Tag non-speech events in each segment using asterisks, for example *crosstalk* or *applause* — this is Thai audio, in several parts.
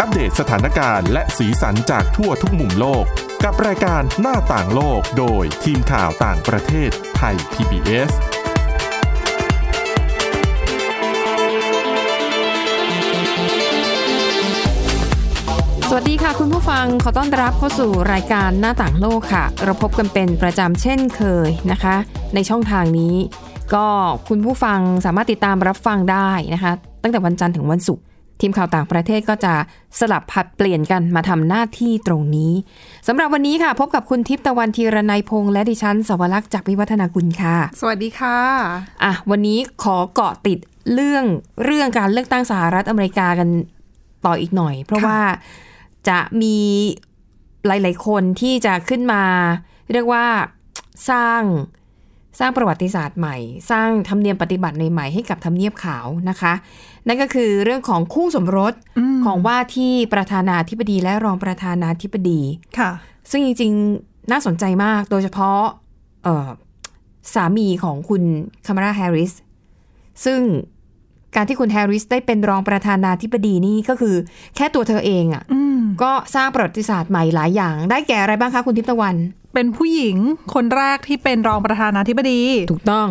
อัปเดตสถานการณ์และสีสันจากทั่วทุกมุมโลก กับรายการหน้าต่างโลกโดยทีมข่าวต่างประเทศไทย PBS สวัสดีค่ะ คุณผู้ฟังขอต้อนรับเข้าสู่รายการหน้าต่างโลกค่ะเราพบกันเป็นประจำเช่นเคยนะคะ ในช่องทางนี้ ก็คุณผู้ฟังสามารถติดตามรับฟังได้นะคะ ตั้งแต่วันจันทร์ถึงวันศุกร์ทีมข่าวต่างประเทศก็จะสลับผลัดเปลี่ยนกันมาทำหน้าที่ตรงนี้สำหรับวันนี้ค่ะ พบกับคุณทิพย์ตะวันธีรนัยพงษ์และดิฉันสวรักษ์จากวิวัฒนาคุณค่ะ สวัสดีค่ะ อ่ะวันนี้ขอเกาะติดเรื่องเรื่องการเลือกตั้งสหรัฐอเมริกากันต่ออีกหน่อย เพราะ ค่ะ ว่าจะมีหลาย ๆ คนที่จะขึ้นมา เรียกว่าสร้างสร้างประวัติศาสตร์ใหม่ สร้างธรรมเนียมปฏิบัติใหม่ๆให้กับธรรมเนียบขาวนะคะ นั่นก็คือเรื่องของคู่สมรสของว่าที่ประธานาธิบดีและรองประธานาธิบดี ค่ะ ซึ่งจริงๆ น่าสนใจมาก โดยเฉพาะเอ่อสามีของคุณคามาราแฮร์ริส ซึ่งการที่คุณแฮร์ริสได้เป็นรองประธานาธิบดีนี่ก็คือแค่ตัวเธอเองอะ่ะ อืม ก็สร้างประวัติศาสตร์ใหม่หลายอย่าง ได้แก่อะไรบ้างคะคุณทิพย์ตะวัน เป็นผู้หญิงคนแรกที่เป็นรองประธานาธิบดี ถูกต้อง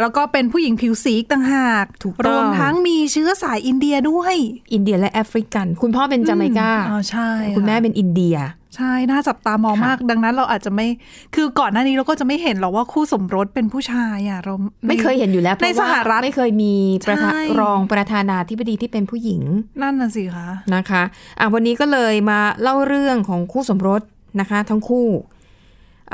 แล้วก็เป็นผู้หญิงผิวสีอีกต่างหาก ถูกต้อง รวมทั้งมีเชื้อสายอินเดียด้วย อินเดียและแอฟริกัน คุณพ่อเป็นจาเมกา อ๋อใช่ะ คุณแม่เป็นอินเดีย ใช่ น่าจับตามอง ค่ะ มาก ดังนั้นเราอาจจะไม่ คือก่อนหน้านี้เราก็จะไม่เห็นหรอกว่าคู่สมรสเป็นผู้ชายอ่ะ เรา ไม่เคยเห็นอยู่แล้ว ในสหรัเพาะฐว่าไม่เคยมีประธา ใช่ รองประธานาธิบดีที่เป็นผู้หญิง นั่นน่ะสิคะ นะคะอ่ะวันนี้ก็เลยมาเล่าเรื่องของคู่สมรสนะคะ ทั้งคู่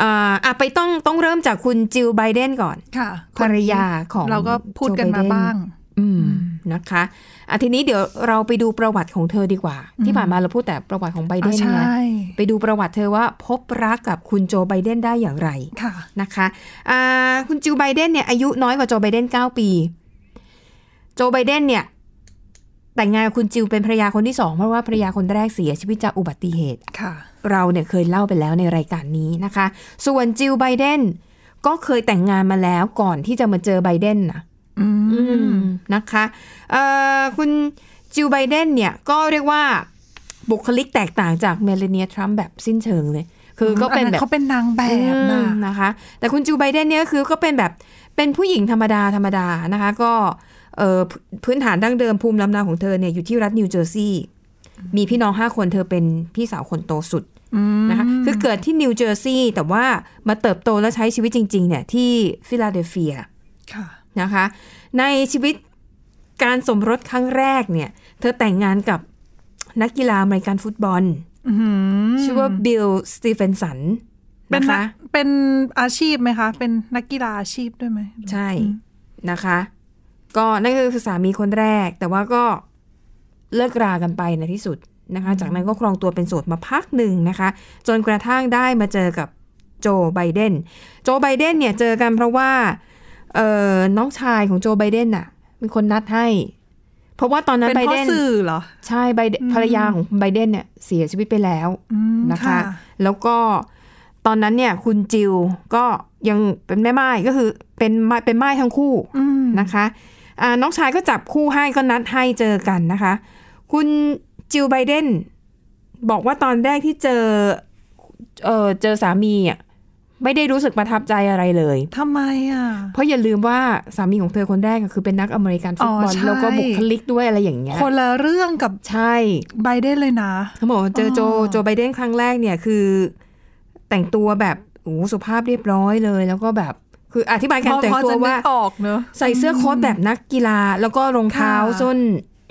อ่าอ่ะไปต้องต้องเริ่มจากคุณจิลไบเดนก่อน ค่ะ ภรรยาของ เราก็พูดกันโจมาไเ บ้าง อืมนะคะอ่ะทีนี้เดี๋ยวเราไปดูประวัติของเธอดีกว่า ที่ผ่านมาเราพูดแต่ประวัติของไบเดน อ่ะใช่ ไงไปดูประวัติเธอว่าพบรักกับคุณโจไบเดนได้อย่างไร ค่ะ นะคะอ่าคุณจิลไบเดนเนี่ยอายุน้อยกว่าโจไบเดน 9 ปี โจไบเดนเนี่ย แต่งงานกับคุณจิลเป็นภรรยาคนที่สองเพราะว่าภรรยาคนแรกเสียชีวิตจากอุบัติเหตุ ค่ะ เราเนี่ยเคยเล่าไปแล้วในรายการนี้นะคะ ส่วนจิลไบเดนก็เคยแต่งงานมาแล้วก่อนที่จะมาเจอไบเดนนะ อืม นะคะเอ่อคุณจิลไบเดนเนี่ยก็เรียกว่าบุคลิกแตกต่างจากเมลาเนียทรัมป์แบบสิ้นเชิงเลย คือก็เป็นแบบ เขาเป็นนางแบบ อื นะ มนะคะ แต่คุณจูไบเดนเนี่ยก็คือก็เป็นแบบเป็นผู้หญิงธรรมดาธรรมดานะคะ ก็เอ่อพพื้นฐานดั้งเดิมภูมิลำเนาของเธอเนี่ยอยู่ที่รัฐนิวเจอร์ซีย์มีพี่น้องห้าคนเธอเป็นพี่สาวคนโตสุดนะคะคือเกิดที่นิวเจอร์ซีย์แต่ว่ามาเติบโตและใช้ชีวิตจริง ๆ เนี่ยที่ฟิลาเดลเฟีย ค่ะ นะคะในชีวิตการสมรสครั้งแรกเนี่ย เธอแต่งงานกับนักกีฬาอเมริกันฟุตบอลชื่อว่าบิลสตีเฟนสัน เป็น นะ นะคะ เป็นอาชีพไหมคะ เป็นนักกีฬาอาชีพด้วยไหม ใช่นะคะ ก็นั่นก็คือสามีคนแรก แต่ว่าก็เลิกรากันไปในที่สุดนะคะ จากนั้นก็ครองตัวเป็นโสดมาพักหนึ่งนะคะ จนกระทั่งได้มาเจอกับโจไบเดน โจไบเดนเนี่ยเจอกันเพราะว่าเอ่อน้องชายของโจไบเดนน่ะเป็นคนนัดให้ เพราะว่าตอนนั้น เป็น ไบ พ่อ เดน สื่อเหรอ ใช่ไบเดนภรรยาของคุณไบเดนเนี่ยเสียชีวิตไปแล้วนะคะ ค่ะ แล้วก็ตอนนั้นเนี่ยคุณจิลก็ยังเป็นแม่ไม้ก็คือเป็นไม้เป็นไม้ทั้งคู่นะคะอ่าน้องชายก็จับคู่ให้ก็นัดให้เจอกันนะคะ คุณจิลไบเดนบอกว่าตอนแรกที่เจอเออเจอสามีอ่ะไม่ได้รู้สึกประทับใจอะไรเลย ทำไมอ่ะ เพราะอย่าลืมว่าสามีของเธอคนแรกอะคือเป็นนักอเมริกันฟุตบอ อ๋ ล อใช่ แล้วก็บุคลิกด้วยอะไรอย่างเงี้ย คนละเรื่องกับ ใช่ ไบเดนเลยนะ เขาบอกว่าเจอโจ อ๋อ โจไบเดนครั้งแรกเนี่ยคือ แต่งตัวแบบโอ้โหสุภาพเรียบร้อยเลย แล้วก็แบบคืออธิบายการแต่ง พอ ตั จะ ว นึ ว่า กออกเนอะ ใส่เสื้อโค้ทแบบนักกีฬา แล้วก็รองเท้า ค่ะ ส้น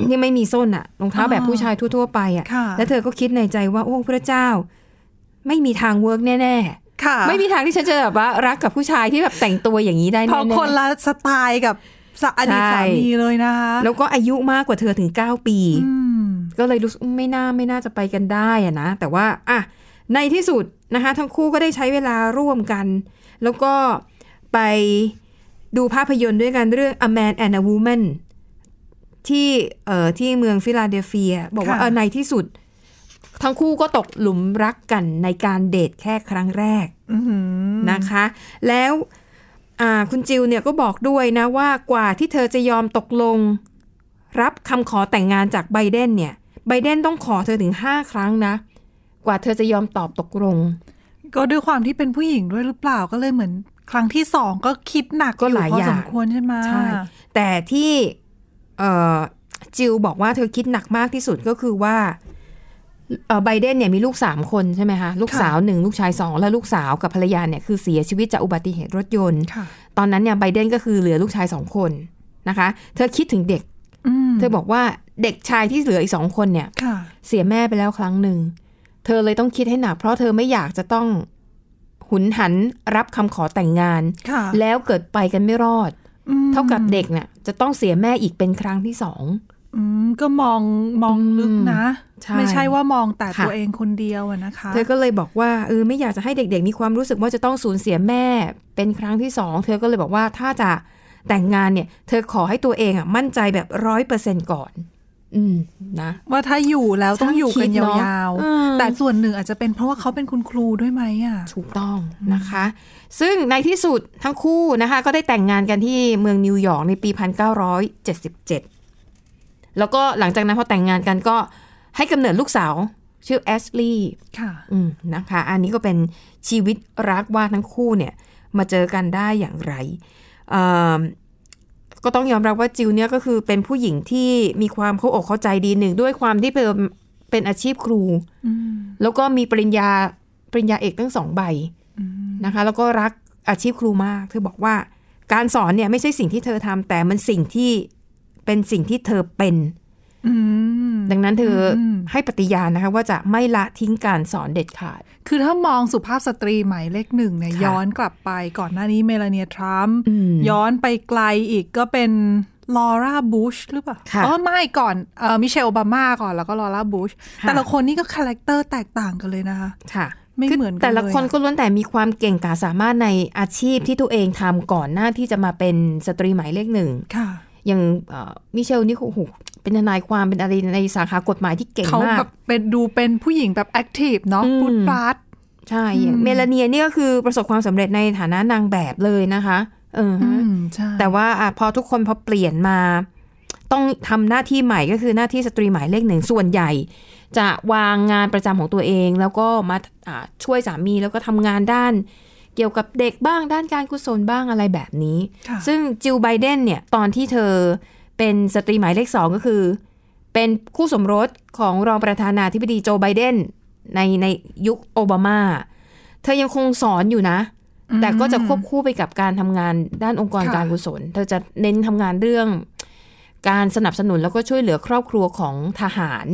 ที่ไม่มีส้นอะรองเท้า อ๋อ แบบผู้ชายทั่ว ๆ ไปอะ ค่ะ แล้วเธอก็คิดในใจว่า โอ้พระเจ้า ไม่มีทางเวิร์กแน่ ค่ะ ๆ ไม่มีทางที่ฉันจะแบบว่ารักกับผู้ชายที่แบบแต่งตัวอย่างนี้ได้ พอ แน่ๆ คนละสไตล์กับสะอดีต ใช่ สามีเลยนะคะ แล้วก็อายุมากกว่าเธอถึง 9 ปี อืม ก็เลยรู้สึกไม่น่าไม่น่าจะไปกันได้อะนะ แต่ว่าอ่ะในที่สุดนะคะ ทั้งคู่ก็ได้ใช้เวลาร่วมกัน แล้วก็ไปดูภาพยนตร์ด้วยกันเรื่อง A Man and a Woman ที่เอ่อที่เมืองฟิลาเดลเฟีย บอกว่า ค่ะ เออในที่สุด ทั้งคู่ก็ตกหลุมรักกันในการเดทแค่ครั้งแรก อื้อหือ นะคะ แล้วอ่าคุณจิลเนี่ยก็บอกด้วยนะว่ากว่าที่เธอจะยอมตกลง รับคำขอแต่งงานจากไบเดนเนี่ย ไบเดนต้องขอเธอถึง 5 ครั้งนะ กว่าเธอจะยอมตอบตกลง ก็ด้วยความที่เป็นผู้หญิงด้วยหรือเปล่าก็เลยเหมือน ครั้งที่สองก็คิดหนัก ก็หลาย พอ อ ส ย่าง มควรใช่ไหม ใช่ แต่ที่เอ่อจิลบอกว่าเธอคิดหนักมากที่สุดก็คือว่าเอ่อไบเดนเนี่ยมีลูกสามคนใช่ไหมคะลูกสาวหนึ่งลูกชายสองและลูกสาวกับภรรยาเนี่ยคือเสียชีวิตจากอุบัติเหตุรถยนต์ ค่ะ ตอนนั้นเนี่ยไบเดนก็คือเหลือลูกชายสองคนนะคะ เธอคิดถึงเด็ก อืม เธอบอกว่าเด็กชายที่เหลืออีกสองคนเนี่ย ค่ะ เสียแม่ไปแล้วครั้งหนึ่ง เธอเลยต้องคิดให้หนักเพราะเธอไม่อยากจะต้องหุนหันรับคำขอแต่งงาน ค่ะ แล้วเกิดไปกันไม่รอด อืม เท่ากับเด็กเนี่ยจะต้องเสียแม่อีกเป็นครั้งที่สอง อืมก็มองมองลึกนะ ใช่ ไม่ใช่ว่ามองแต่ ค่ะ ตัวเองคนเดียวอะนะคะ เธอก็เลยบอกว่าเออไม่อยากจะให้เด็กๆ มีความรู้สึกว่าจะต้องสูญเสียแม่เป็นครั้งที่สองเธอก็เลยบอกว่าถ้าจะแต่งงานเนี่ย เธอขอให้ตัวเองอ่ะมั่นใจแบบร้อยเปอร์เซ็นก่อน อืมนะ ว่าถ้าอยู่แล้วต้องอยู่กัน ช่างคิด ย เนอะ าว อืม ๆ แต่ส่วนหนึ่งอาจจะเป็นเพราะว่าเขาเป็นคุณครูด้วยไหมอ่ะ ถูกต้องนะคะ ซึ่งในที่สุดทั้งคู่นะคะ ก็ได้แต่งงานกันที่เมืองนิวยอร์กในปี 1977 แล้วก็หลังจากนั้นพอแต่งงานกันก็ให้กำเนิดลูกสาว ชื่อแอชลีย์ ค่ะ อืมนะคะ อันนี้ก็เป็นชีวิตรักว่าทั้งคู่เนี่ย มาเจอกันได้อย่างไรเอ่อก็ต้องยอมรับว่าจิลเนี่ยก็คือเป็นผู้หญิงที่มีความเข้าอกเข้าใจดีหนึ่งด้วยความที่เป็นเป็นอาชีพครู อืม แล้วก็มีปริญญาปริญญาเอกทั้งสองใบ อืม นะคะแล้วก็รักอาชีพครูมาก เธอบอกว่าการสอนเนี่ยไม่ใช่สิ่งที่เธอทำแต่มันสิ่งที่เป็นสิ่งที่เธอเป็น อืม ดังนั้นเธออ ม ให้ปฏิญาณนะคะว่าจะไม่ละทิ้งการสอนเด็ดขาด คือถ้ามองสุภาพสตรีหมายเลขหนึ่งเนี่ย ค่ะ ย้อนกลับไปก่อนหน้านี้เมลาเนียทรัมป์ อืม ย้อนไปไกลอีกก็เป็นลอร่าบูชหรือเปล่า ค่ะ อ๋อไม่ก่อนเออมิเชลโอบามาก่อนแล้วก็ลอร่าบูช ค่ะ แต่ละคนนี่ก็คาแรคเตอร์แตกต่างกันเลยนะคะ ค่ะ ไม่ คือ เหมือนกัน แต่ละ เลย คน อะ ก็ล้วนแต่มีความเก่งกาจสามารถในอาชีพที่ตัวเองทำก่อนหน้าที่จะมาเป็นสตรีหมายเลขหนึ่ง ค่ะ อย่างเอ่อมิเชลนี่โอ้โหเป็นทนายความเป็นอะไรในสาขากฎหมายที่เก่ง เขา มาก แบบเป็นดูเป็นผู้หญิงแบบแอคทีฟเนาะ อืม พูดปราด ใช่อย่าง อืม เมลาเนียนี่ก็คือประสบความสำเร็จในฐานะนางแบบเลยนะคะเออฮะ อืมใช่ แต่ว่าอะพอทุกคนพอเปลี่ยนมา ต้องทำหน้าที่ใหม่ก็คือหน้าที่สตรีหมายเลขหนึ่งส่วนใหญ่ จะวางงานประจำของตัวเอง แล้วก็มาอ่าช่วยสามีแล้วก็ทำงานด้าน เกี่ยวกับเด็กบ้างด้านการกุศลบ้างอะไรแบบนี้ ค่ะ ซึ่งจิลไบเดนเนี่ยตอนที่เธอเป็นสตรีหมายเลขสองก็คือ เป็นคู่สมรสของรองประธานาธิบดีโจไบเดนในในยุคโอบามา เธอยังคงสอนอยู่นะ แต่ก็จะควบคู่ไปกับการทำงานด้านองค์กรการกุศล เธอจะเน้นทำงานเรื่อง การสนับสนุนแล้วก็ช่วยเหลือครอบครัวของทหาร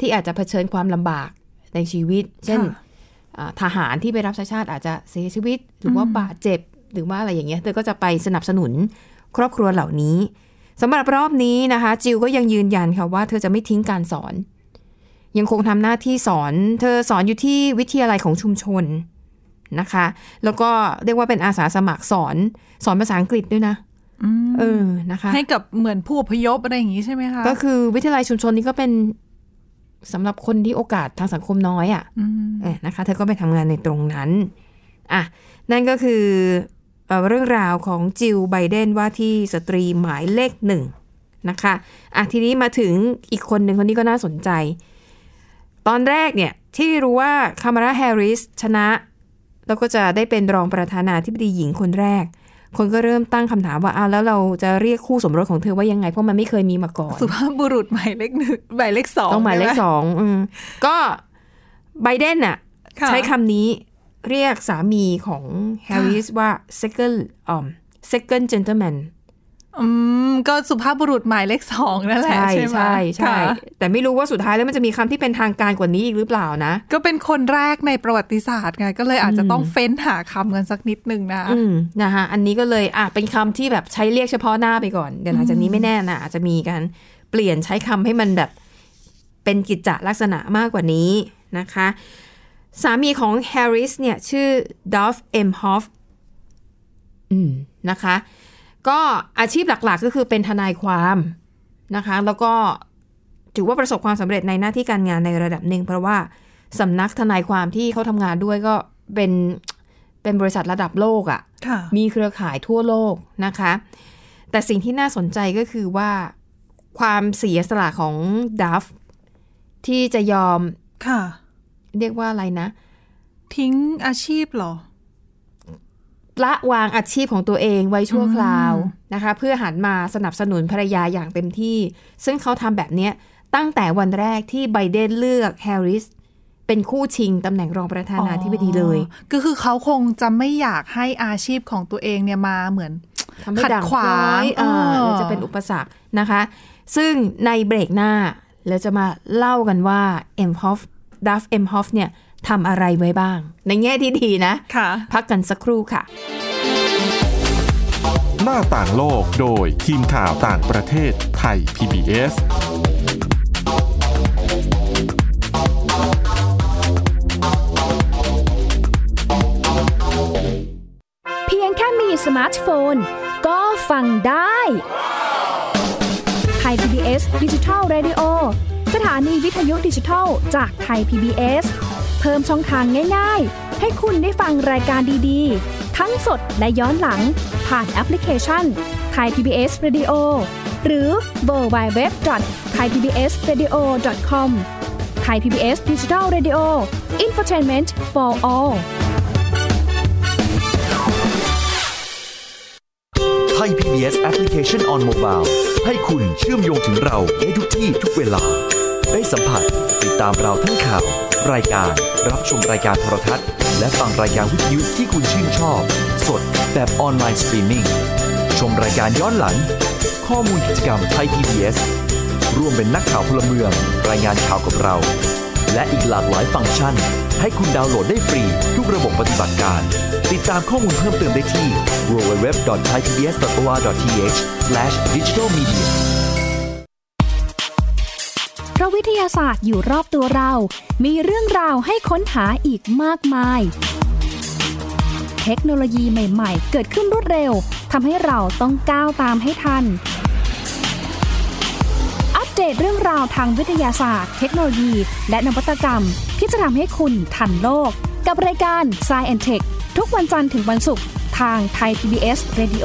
ที่อาจจะเผชิญความลำบากในชีวิต เช่น ค่ะ อ่าทหารที่ไปรับใช้ชาติอาจจะเสียชีวิต หรือว่าบาดเจ็บหรือว่าอะไรอย่างเงี้ย เธอก็จะไปสนับสนุนครอบครัวเหล่านี้สำหรับรอบนี้นะคะ จิวก็ยังยืนยันค่ะว่าเธอจะไม่ทิ้งการสอน ยังคงทำหน้าที่สอน เธอสอนอยู่ที่วิทยาลัยของชุมชนนะคะ แล้วก็เรียกว่าเป็นอาสาสมัครสอนสอนภาษาอังกฤษด้วยนะ อืม เออนะคะ ให้กับเหมือนผู้อพยพอะไรอย่างงี้ใช่ไหมคะ ก็คือวิทยาลัยชุมชนนี้ก็เป็นสำหรับคนที่โอกาสทางสังคมน้อยอะ่ะ ม เออนะคะ เธอก็ไปทำงานในตรงนั้นอ่ะนั่นก็คือเอ่อเรื่องราวของจิลไบเดนว่าที่สตรีหมายเลขหนึ่งนะคะอ่ะทีนี้มาถึงอีกคนหนึ่งคนนี้ก็น่าสนใจ ตอนแรกเนี่ย ที่รู้ว่าคามาราแฮร์ริสชนะ แล้วก็จะได้เป็นรองประธานาธิบดีหญิงคนแรก คนก็เริ่มตั้งคำถามว่าอ้าวแล้วเราจะเรียกคู่สมรสของเธอว่ายังไงเพราะมันไม่เคยมีมาก่อน สุภาพบุรุษหมายเลขหนึ่งหมายเลขสอง ต้องหมายเลขสองอืมก็ไบเดนน่ะ ะ ใช้คำนี้เรียกสามีของแฮร์ริสว่า second um second gentleman อืมก็สุภาพบุรุษหมายเลขสองนั่นแหละ ใช่ ใช่ไหม ใช่ใช่ ค่ะ แต่ไม่รู้ว่าสุดท้ายแล้วมันจะมีคำที่เป็นทางการกว่านี้อีกหรือเปล่านะ ก็เป็นคนแรกในประวัติศาสตร์ไง ก็เลยอาจจะ อืม ต้องเฟ้นหาคำกันสักนิดหนึ่งนะ อืมนะคะอันนี้ก็เลยอ่ะเป็นคำที่แบบใช้เรียกเฉพาะหน้าไปก่อน เดี๋ยวหลังจากนี้ไม่แน่นะอาจจะมีการเปลี่ยนใช้คำให้มันแบบเป็นกิจจลักษณะมากกว่านี้นะคะ สามีของแฮร์ริสเนี่ยชื่อดอฟเอ็มฮอฟอืมนะคะ ก็อาชีพหลักๆก็คือเป็นทนายความนะคะ แล้วก็ถือว่าประสบความสำเร็จในหน้าที่การงานในระดับหนึ่ง เพราะว่าสำนักทนายความที่เขาทำงานด้วยก็เป็นเป็นบริษัทระดับโลกอ่ะ ค่ะ มีเครือข่ายทั่วโลกนะคะ แต่สิ่งที่น่าสนใจก็คือว่าความเสียสละของดัฟ ที่จะยอม ค่ะ เรียกว่าอะไรนะ ทิ้งอาชีพเหรอ ละวางอาชีพของตัวเองไว้ชั่วคราว อืม นะคะ เพื่อหันมาสนับสนุนภรรยาอย่างเต็มที่ ซึ่งเขาทำแบบเนี้ยตั้งแต่วันแรกที่ไบเดนเลือกแฮร์ริสเป็นคู่ชิงตำแหน่งรองประธานาธิบดีเลย อ๋อก็คือเขาคงจะไม่อยากให้อาชีพของตัวเองเนี่ยมาเหมือน ทำให้ ขัด ด่าง ขวาง พร้อยเออ เออ เดี๋ยวจะเป็นอุปสรรคนะคะ ซึ่งในเบรกหน้าเราจะมาเล่ากันว่าเอ็มฮอฟดัฟเอ็มฮอฟเนี่ยทำอะไรไว้บ้าง ในแง่ที่ดีนะ ค่ะ พักกันสักครู่ค่ะ หน้าต่างโลกโดยทีมข่าวต่างประเทศไทย PBS เพียงแค่มีสมาร์ทโฟน ก็ฟังได้ไทย PBS ดิจิทัล Radio สถานีวิทยุดิจิทัลจากไทย PBS เพิ่มช่องทางง่ายๆ ให้คุณได้ฟังรายการดีๆ ทั้งสดและย้อนหลัง ผ่านแอปพลิเคชันไทย PBS Radio หรือเวอร์ไบเว็บไทยพีบีเอสเรดิโอคอมไทยพีบีเอสดิจิทัลเรดิโออินฟอร์ทนเมนต์ for all ไทย PBS Application on Mobile ให้คุณเชื่อมโยงถึงเราได้ทุกที่ทุกเวลา ได้สัมผัสติดตามเราทั้งข่าว รายการรับชมรายการโทรทัศน์ และฟังรายการวิทยุที่คุณชื่นชอบ สดแบบออนไลน์สตรีมมิ่งชมรายการย้อนหลัง ข้อมูลกิจกรรมไทย PBS ร่วมเป็นนักข่าวพลเมือง รายงานข่าวกับเรา และอีกหลากหลายฟังก์ชัน ให้คุณดาวน์โหลดได้ฟรี ทุกระบบปฏิบัติการ ติดตามข้อมูลเพิ่มเติมได้ที่ www.thaipbs.or.th/digitalmedia เพราะวิทยาศาสตร์อยู่รอบตัวเรา มีเรื่องราวให้ค้นหาอีกมากมาย เทคโนโลยีใหม่ ๆ เกิดขึ้นรวดเร็ว ทำให้เราต้องก้าวตามให้ทัน อัปเดตเรื่องราวทางวิทยาศาสตร์ เทคโนโลยี และนวัตกรรม ที่จะทำให้คุณทันโลก กับรายการ s c i e n t e c h ทุกวันจันทร์ถึงวันศุกร์ ทางไทย PBS Radio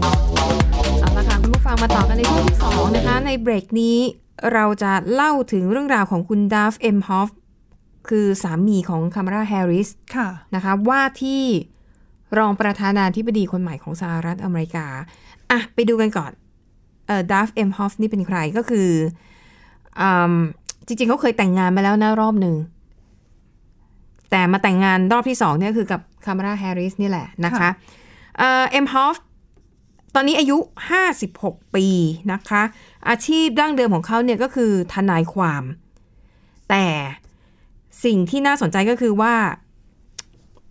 เอาละค่ะคุณผู้ฟังมาต่อกันในช่วงที่2นะคะในเบรกนี้เราจะเล่าถึงเรื่องราวของคุณดัฟเอ็มฮอฟคือสามีของคามาราแฮร์ริส ค่ะ นะคะว่าที่รองประธานาธิบดีคนใหม่ของสหรัฐอเมริกาอ่ะไปดูกันก่อนเอ่อดัฟเอ็มฮอฟนี่เป็นใครก็คืออำจริงๆเขาเคยแต่งงานมาแล้วนะรอบหนึ่ง แต่มาแต่งงานรอบที่สองเนี่ยคือกับคามาราแฮร์ริสนี่แหละนะคะ ค่ะ เอ่อ็มฮอฟ ตอนนี้อายุ 56 ปีนะคะ อาชีพดั้งเดิมของเขาเนี่ยก็คือทนายความ แต่สิ่งที่น่าสนใจก็คือว่า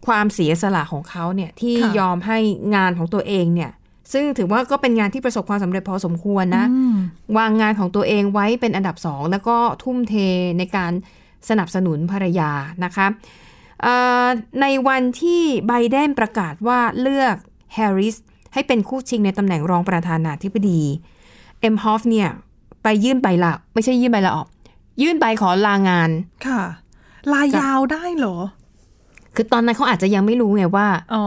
ความเสียสละของเขาเนี่ยที่ ค่ะ ยอมให้งานของตัวเองเนี่ย ซึ่งถือว่าก็เป็นงานที่ประสบความสำเร็จพอสมควรนะ อืม วางงานของตัวเองไว้เป็นอันดับสองแล้วก็ทุ่มเทในการสนับสนุนภรรยานะคะเอ่อในวันที่ไบเดนประกาศว่าเลือกแฮร์ริสให้เป็นคู่ชิงในตำแหน่งรองประธานาธิบดีเอ็มฮอฟเนี่ยไปยื่นใบลาไม่ใช่ยื่นใบลาออก ยื่นใบขอลางาน ค่ะ ลาย จ้ะ ยาวได้เหรอ คือตอนนั้นเขาอาจจะยังไม่รู้ไงว่า อ๋อ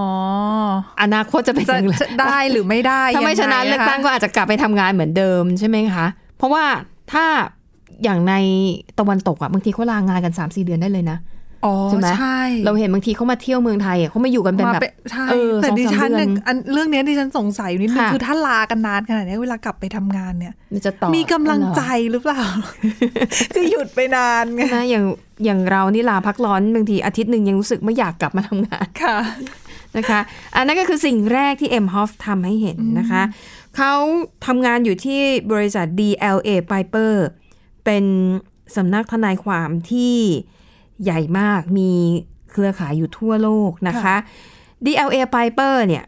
อนาคตจะเป็น จะ อย่างไร จะได้หรือไม่ได้ *laughs* ถ้าไม่ ยังง ชนะเลือกตั้งก็อาจจะกลับไปทำงานเหมือนเดิมใช่ไหมคะ เพราะว่าถ้าอย่างในตะวันตกอ่ะบางทีเขาลางานกัน3ามสี่เดือนได้เลยนะ อ๋อ ใช่ไหม ใช่ เราเห็นบางทีเขามาเที่ยวเมืองไทยอ่ะเขามาอยู่กันเป็น มา แบบ เป็นใช่ เออ แต่ สอง ดิ สา ฉั ม น เดือ เนี่ย น อันเรื่องเนี้ยดิฉันสงสัยอยู่นิดนึง ค่ะ คือถ้าลากันนานขนาดนี้เวลากลับไปทำงานเนี่ย มันจะต่อ มีกำลังใจ เหร รือเปล่า คือหยุดไปนานไง อนะอย่างอย่างเรานี่ลาพักร้อนบางทีอาทิตย์หนึ่งยังรู้สึกไม่อยากกลับมาทำงาน ค่ะ นะคะอันนั้นก็คือสิ่งแรกที่เอ็มฮอฟทำให้เห็นนะคะเขาทำงานอยู่ที่บริษัท DLA Piper เป็นสำนักทนายความที่ใหญ่มากมีเครือข่ายอยู่ทั่วโลกนะคะ ค่ะ DLA Piper เนี่ย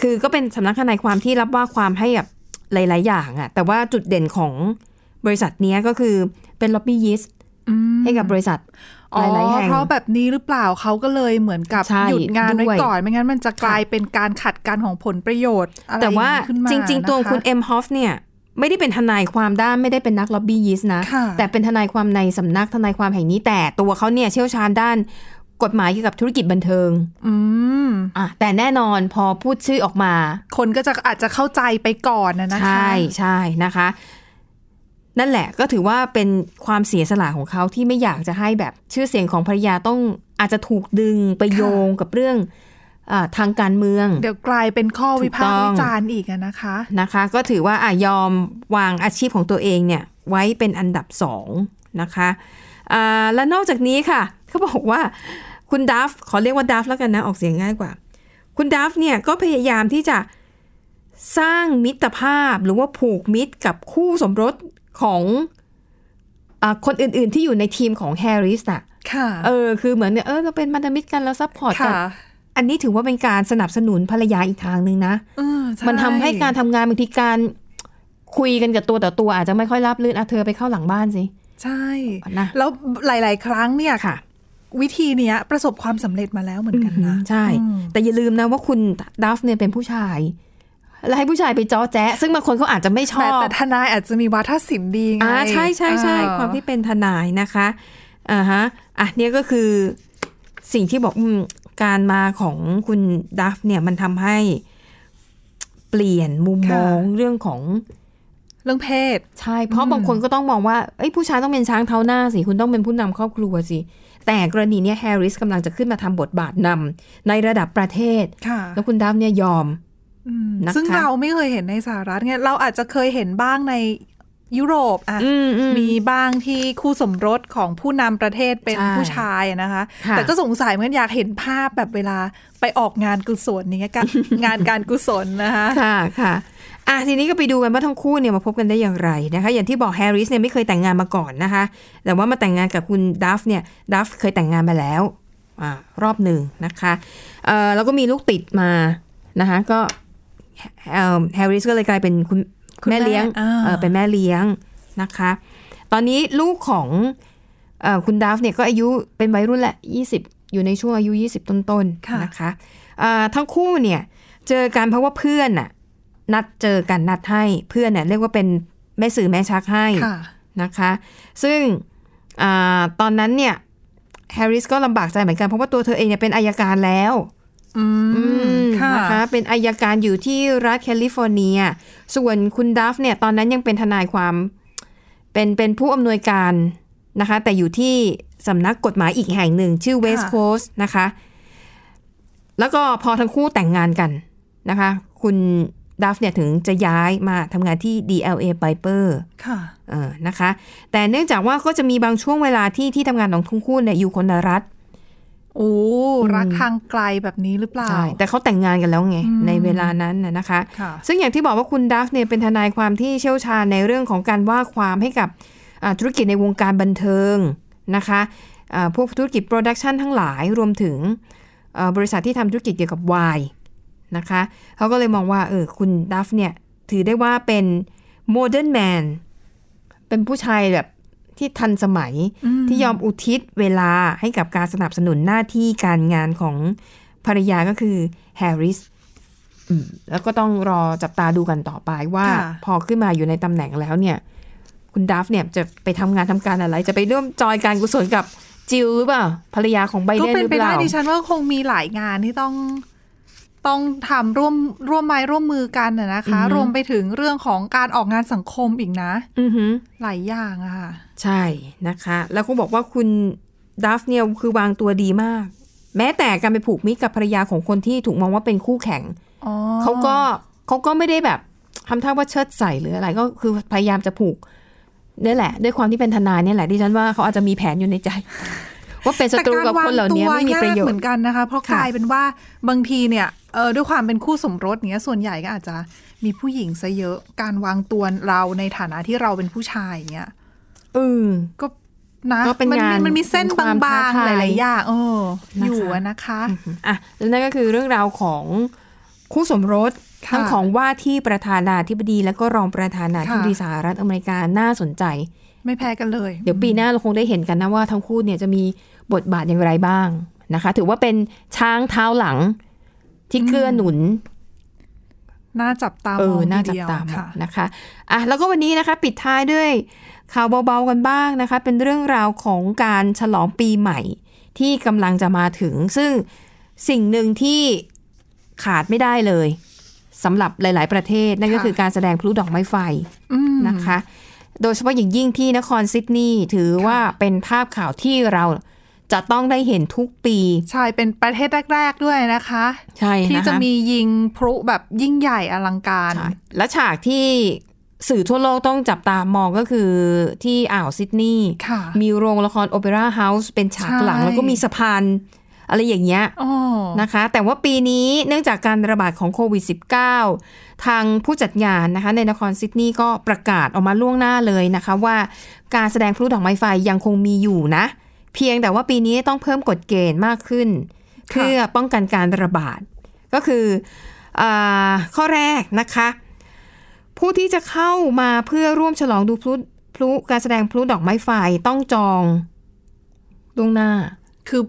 คือก็เป็นสำนักทนายความที่รับว่าความให้แบบหลาย ๆ อย่างอะแต่ว่าจุดเด่นของบริษัทเนี้ยก็คือเป็นล็อบบี้ยิส อืม ให้กับบริษัท อ๋ ห อ ลายๆแห่ง เพราะแบบนี้หรือเปล่าเขาก็เลยเหมือนกับ ใช่ หยุดงานไว้ ด้วย ก่อนไม่งั้นมันจะกลายเป็นการขัดกันของผลประโยชน์อะไร แต่ว่า ขึ้นม จริง ๆ ตัว นะะ คุณเอ็มฮอฟเนี่ยไม่ได้เป็นทนายความด้านไม่ได้เป็นนักล็อบบี้ยิสต์นะ ค่ะ แต่เป็นทนายความในสำนักทนายความแห่งนี้ แต่ตัวเขาเนี่ยเชี่ยวชาญด้านกฎหมายเกี่ยวกับธุรกิจบันเทิง อืม อ่ะแต่แน่นอนพอพูดชื่อออกมา คนก็จะอาจจะเข้าใจไปก่อนนะนะคะ ใช่ใช่นะคะ นั่นแหละก็ถือว่าเป็นความเสียสละของเขาที่ไม่อยากจะให้แบบชื่อเสียงของภรรยาต้องอาจจะถูกดึงไปโยงกับเรื่องอาทางการเมือง เดี๋ยวกลายเป็นข้อวิพาก ถู ษ์ กต้ วิ อง จารณ์อีกอะนะคะ นะคะก็ถือว่าอ่ะยอมวางอาชีพของตัวเองเนี่ยไว้เป็นอันดับสองนะคะอ่าและนอกจากนี้ค่ะเขาบอกว่าคุณดัฟขอเรียกว่าดัฟแล้วกันนะ ออกเสียงง่ายกว่า คุณดัฟเนี่ยก็พยายามที่จะสร้างมิตรภาพหรือว่าผูกมิตรกับคู่สมรสของอาคนอื่น ๆ ที่อยู่ในทีมของแฮร์ริสน่ะ ค่ะ เออคือเหมือนเนี่ยเออเราเป็นมันธมิตรกันเราซัพพอร์ตกัน ค่ะ อันนี้ถือว่าเป็นการสนับสนุนภรรยาอีกทางหนึ่งนะ อื มันทำให้การทำงานบางทีการคุยกันกับตัวต่อตัวอาจจะไม่ค่อยรับลื่นอ่ะเธอไปเข้าหลังบ้านสิ ใช่ นะ แล้วหลาย ๆ ครั้งเนี่ย ค่ะ วิธีเนี้ยประสบความสำเร็จมาแล้วเหมือนกันนะ ใช่ แต่อย่าลืมนะว่าคุณดัฟเนี่ยเป็นผู้ชาย แล้วให้ผู้ชายไปจ้อแจ๊ะ ซึ่งบางคนเขาอาจจะไม่ช แต่ อบ แต่ทนายอาจจะมีวาทศิลป์ดีไง อ่าใช่ใช่ใช่ เออ ความที่เป็นทนายนะคะอ่าฮะอ่ะเนี่ยก็คือสิ่งที่บอกอืมการมาของคุณดัฟเนี่ยมันทำให้เปลี่ยนมุมมองเรื่องของ เรื่องเพศ ใช่ เพราะบางคนก็ต้องมองว่าเอ้ยผู้ชายต้องเป็นช้างเท้าหน้าสิ คุณต้องเป็นผู้นำครอบครัวสิ แต่กรณีเนี้ยแฮร์ริสกำลังจะขึ้นมาทำบทบาทนำในระดับประเทศ ค่ะ แล้วคุณดัฟเนี่ยยอม อืม นะคะ ซึ่งเราไม่เคยเห็นในสหรัฐไงเราอาจจะเคยเห็นบ้างในยุโรปอ่ะ อืมอื มีบ้างที่คู่สมรสของผู้นำประเทศเป็น ใช่ ผู้ชายอะนะคะ ค่ะ แต่ก็สงสัยเหมือนกันอยากเห็นภาพแบบเวลาไปออกงานกุศลนี้ย *laughs* กัน งานการกุศลนะคะ ค่ะค่ะอ่ะทีนี้ก็ไปดูกันว่าทั้งคู่เนี่ยมาพบกันได้อย่างไรนะคะ อย่างที่บอกแฮร์ริสเนี่ยไม่เคยแต่งงานมาก่อนนะคะ แต่ว่ามาแต่งงานกับคุณดัฟเนี่ย ดัฟเคยแต่งงานมาแล้วอ่ารอบหนึ่งนะคะเอ่อแล้วก็มีลูกติดมานะคะ ก็เอ่อแฮร์ริสก็เลยกลายเป็นคุณ คุณแม่ แม่เลี้ยง อ่า เออเป็นแม่เลี้ยงนะคะ ตอนนี้ลูกของเอ่อคุณดัฟเนี่ยก็อายุเป็นวัยรุ่นแหละ 20 อยู่ในช่วงอายุ 20 ต้นๆน ค่ะ นะคะอ่าทั้งคู่เนี่ย เจอกันเพราะว่าเพื่อนน่ะนัดเจอกันนัดให้เพื่อนเนี่ยเรียกว่าเป็นแม่สื่อแม่ชักให้ ค่ะ นะคะ ซึ่งอาตอนนั้นเนี่ยแฮร์ริสก็ลำบากใจเหมือนกันเพราะว่าตัวเธอเองเนี่ยเป็นอายการแล้ว อืมค่ะ นะคะเป็นอายการอยู่ที่รัฐแคลิฟอร์เนีย ส่วนคุณดัฟเนี่ยตอนนั้นยังเป็นทนายความเป็นเป็นผู้อำนวยการนะคะ แต่อยู่ที่สำนักกฎหมายอีกแห่งหนึ่ง ชื่อ West ค่ะ Coast นะคะ แล้วก็พอทั้งคู่แต่งงานกันนะคะ คุณดัฟเนี่ยถึงจะย้ายมาทำงานที่ DLA Piper ค่ะ เออนะคะ แต่เนื่องจากว่าก็จะมีบางช่วงเวลาที่ที่ทำงานของทั้งคู่เนี่ยอยู่คนละรัฐ โอ้รักทางไกลแบบนี้หรือเปล่า ใช่ แต่เขาแต่งงานกันแล้วไง อืม ในเวลานั้นน่ะนะคะ ค่ะ ซึ่งอย่างที่บอกว่าคุณดัฟเนี่ยเป็นทนายความที่เชี่ยวชาญในเรื่องของการว่าความให้กับอ่าธุรกิจในวงการบันเทิงนะคะอ่าพวกธุรกิจโปรดักชันทั้งหลายรวมถึงเอ่อบริษัทที่ทำธุรกิจเกี่ยวกับไวน์นะคะเขาก็เลยมองว่าเออคุณดัฟเนี่ยถือได้ว่าเป็นโมเดิร์นแมนเป็นผู้ชายแบบที่ทันสมัยที่ยอมอุทิศเวลาให้กับการสนับสนุนหน้าที่การงานของภรรยาก็คือแฮร์ริส อืมแล้วก็ต้องรอจับตาดูกันต่อไปว่า ค่ะ พอขึ้นมาอยู่ในตำแหน่งแล้วเนี่ย คุณดัฟเนี่ยจะไปทำงานทำการอะไร จะไปร่วมจอยการกุศลกับจิลหรือเปล่าภรรยาของไบ ก็ เดนหเป็น รือ ไป เป ได้ ล่า ดิฉันว่าคงมีหลายงานที่ต้องต้องทำร่วมร่วมไม้ร่วมมือกันน่ะนะคะ อือฮึ รวมไปถึงเรื่องของการออกงานสังคมอีกนะ อือหือ หลายอย่างอะค่ะ ใช่นะคะ แล้วคุณบอกว่าคุณดัฟเนี่ยคือวางตัวดีมาก แม้แต่การไปผูกมิตรกับภรรยาของคนที่ถูกมองว่าเป็นคู่แข่ง อ๋อ เขาก็เขาก็ไม่ได้แบบทำท่าว่าเชิดใส่หรืออะไรก็คือพยายามจะผูกนี่แหละ *laughs* ด้วยความที่เป็นทนายเนี่ยแหละดิฉันว่าเขาอาจจะมีแผนอยู่ในใจ ว่าเป็นศัตรูกับคนเหล่านี้ แต่กรวง ไม่มี ตัวย ประโย าก ช เหมื น์ อนกันนะคะ เพราะ ค่ะ กลายเป็นว่าบางทีเนี่ยเออด้วยความเป็นคู่สมรสเนี้ยส่วนใหญ่ก็อาจจะมีผู้หญิงซะเยอะการวางตัวเราในฐานะที่เราเป็นผู้ชายเนี้ย เออ ก็นะ ก็เป็น มั งาน มันมีเส้น เป็นความ บาง ท้าทา ๆ ย หลายๆอย่างเออ นะคะ อยู่อะนะคะ อ่ะแล้วนั่นก็คือเรื่องราวของคู่สมรส ค่ะ ทั้งของว่าที่ประธานาธิบดีและก็รองประธานาธิบดี ค่ะ สหรัฐอเมริกาน่าสนใจ ไม่แพ้กันเลย เดี๋ยวปีหน้าเราคงได้เห็นกันนะว่าทั้งคู่เนี่ยจะมีบทบาทอย่างไรบ้างนะคะ ถือว่าเป็นช้างเท้าหลังที่เกื้อหนุน น่าจับตาม เอ อ อง น่า ที จับ เดียว ตามอง ค่ะ นะคะอ่ะแล้วก็วันนี้นะคะ ปิดท้ายด้วยข่าวเบาๆกันบ้างนะคะ เป็นเรื่องราวของการฉลองปีใหม่ ที่กำลังจะมาถึง ซึ่งสิ่งหนึ่งที่ขาดไม่ได้เลยสำหรับหลาย ๆ ประเทศ นั่นก็ ค่ะ คือการแสดงพลุดอกไม้ไฟ อืม นะคะ โดยเฉพาะอย่างยิ่งที่นครซิดนีย์ถือว่าเป็นภาพข่าวที่เราจะต้องได้เห็นทุกปี ใช่ เป็นประเทศแรก ๆ ด้วยนะคะ ใช่ ที่ นค จะมียิงพลุแบบยิ่งใหญ่อลังการ ใช่และฉากที่สื่อทั่วโลกต้องจับตามองก็คือที่อ่าวซิดนีย์ ค่ะ มีโรงละครโอเปร่าเฮาส์เป็นฉากหลัง ใช่ แล้วก็มีสะพานอะไรอย่างเงี้ย อ๋อ นะคะ แต่ว่าปีนี้เนื่องจากการระบาดของโควิด -19 ทางผู้จัดงานนะคะในนครซิดนีย์ก็ประกาศออกมาล่วงหน้าเลยนะคะว่าการแสดงพลุดอกไม้ไฟยังคงมีอยู่นะ เพียงแต่ว่าปีนี้ต้องเพิ่มกฎเกณฑ์มากขึ้น เพื่อป้องกันการระบาด ก็คืออาข้อแรกนะคะ ผู้ที่จะเข้ามาเพื่อร่วมฉลองดูพลุพลุการแสดงพลุดอกไม้ไฟต้องจองล่วงหน้า คือ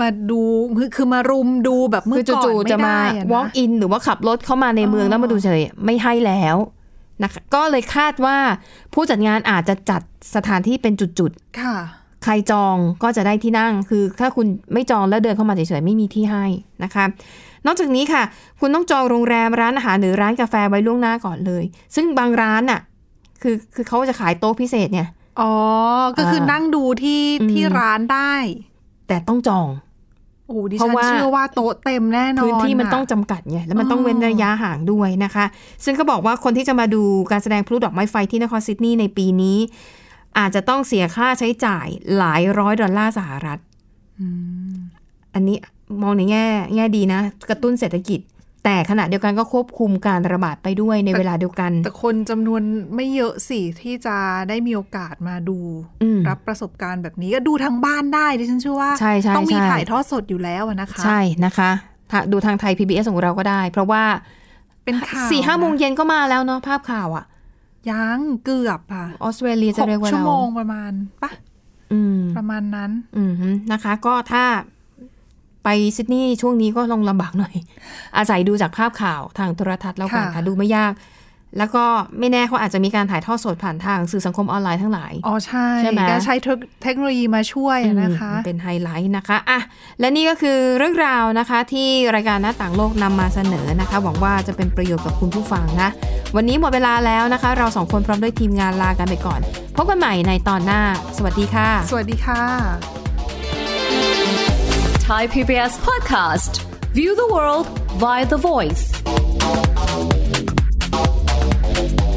มาดูคือคือมารุมดูแบบเมื่ คือ อ ก่อน จู่ๆจะ ไม่ มา ได้อะนะ walk in หรือว่าขับรถเข้ามาในเมือง อ๋อ แล้วมาดูเฉยไม่ให้แล้วนะคะก็เลยคาดว่าผู้จัดงานอาจจะจัดสถานที่เป็นจุด ค่ะ ๆ ใครจองก็จะได้ที่นั่ง คือถ้าคุณไม่จองแล้วเดินเข้ามาเฉยๆไม่มีที่ให้นะคะ นอกจากนี้ค่ะ คุณต้องจองโรงแรมร้านอาหารหรือร้านกาแฟไว้ล่วงหน้าก่อนเลย ซึ่งบางร้านน่ะคือคือเขาจะขายโต๊ะพิเศษเนี่ย อ๋อ ก็คือ เออ นั่งดูที่ อืม ที่ร้านได้ แต่ต้องจอง โอ้ดิ เพ ฉัน ราะว่า เชื่อว่าโต๊ะเต็มแน่นอน พื้นที่มันต้อง ะ จำกัดไงแล้วมัน อ๋อ ต้องเว้นระยะห่างด้วยนะคะ ซึ่งก็บอกว่าคนที่จะมาดูการแสดงพลุดอกไม้ไฟที่นครซิดนีย์ในปีนี้ อาจจะต้องเสียค่าใช้จ่ายหลายร้อยดอลลาร์สหรัฐ อันนี้มองในแง่แง่ดีนะ กระตุ้นเศรษฐกิจ แต่ขณะเดียวกันก็ควบคุมการระบาดไปด้วยในเวลาเดียวกัน แต่คนจำนวนไม่เยอะสิที่จะได้มีโอกาสมาดู อืม รับประสบการณ์แบบนี้ก็ดูทางบ้านได้ดิฉันเชื่อว่า ใช่ใช่ ต้องมี ใช่ ถ่ายทอดสดอยู่แล้วอะนะคะ ใช่นะคะถ้าดูทางไทย PBS ของเราก็ได้ เพราะว่า เป็นข่าว สี่ห้า นะ โมงเย็นก็มาแล้วเนาะภาพข่าวอะ ยังเกือบค่ะ ออสเตรเลีย ห จะเรียก ก ว่า ชั่ว เรา โมงประมาณปะ อืม ประมาณนั้น อืมนะคะก็ถ้าไปซิดนีย์ช่วงนี้ก็ลงลำบากหน่อย *laughs* อาศัยดูจากภาพข่าวทางโทรทัศน์แล้วกัน ค่ะ ค่ะดูไม่ยาก แล้วก็ไม่แน่เขาอาจจะมีการถ่ายทอดสดผ่านทางสื่อสังคมออนไลน์ทั้งหลาย อ๋อใช่ ใช่ไหม ก็ใช้เทคเทคโนโลยีมาช่วยอะนะคะ อืมเป็นไฮไลท์นะคะอ่ะและนี่ก็คือเรื่องราวนะคะ ที่รายการหน้าต่างโลกนำมาเสนอนะคะ หวังว่าจะเป็นประโยชน์กับคุณผู้ฟังนะ วันนี้หมดเวลาแล้วนะคะ เราสองคนพร้อมด้วยทีมงานลากันไปก่อน พบกันใหม่ในตอนหน้า สวัสดีค่ะ สวัสดีค่ะ Thai PBS podcast. View the world via the voice.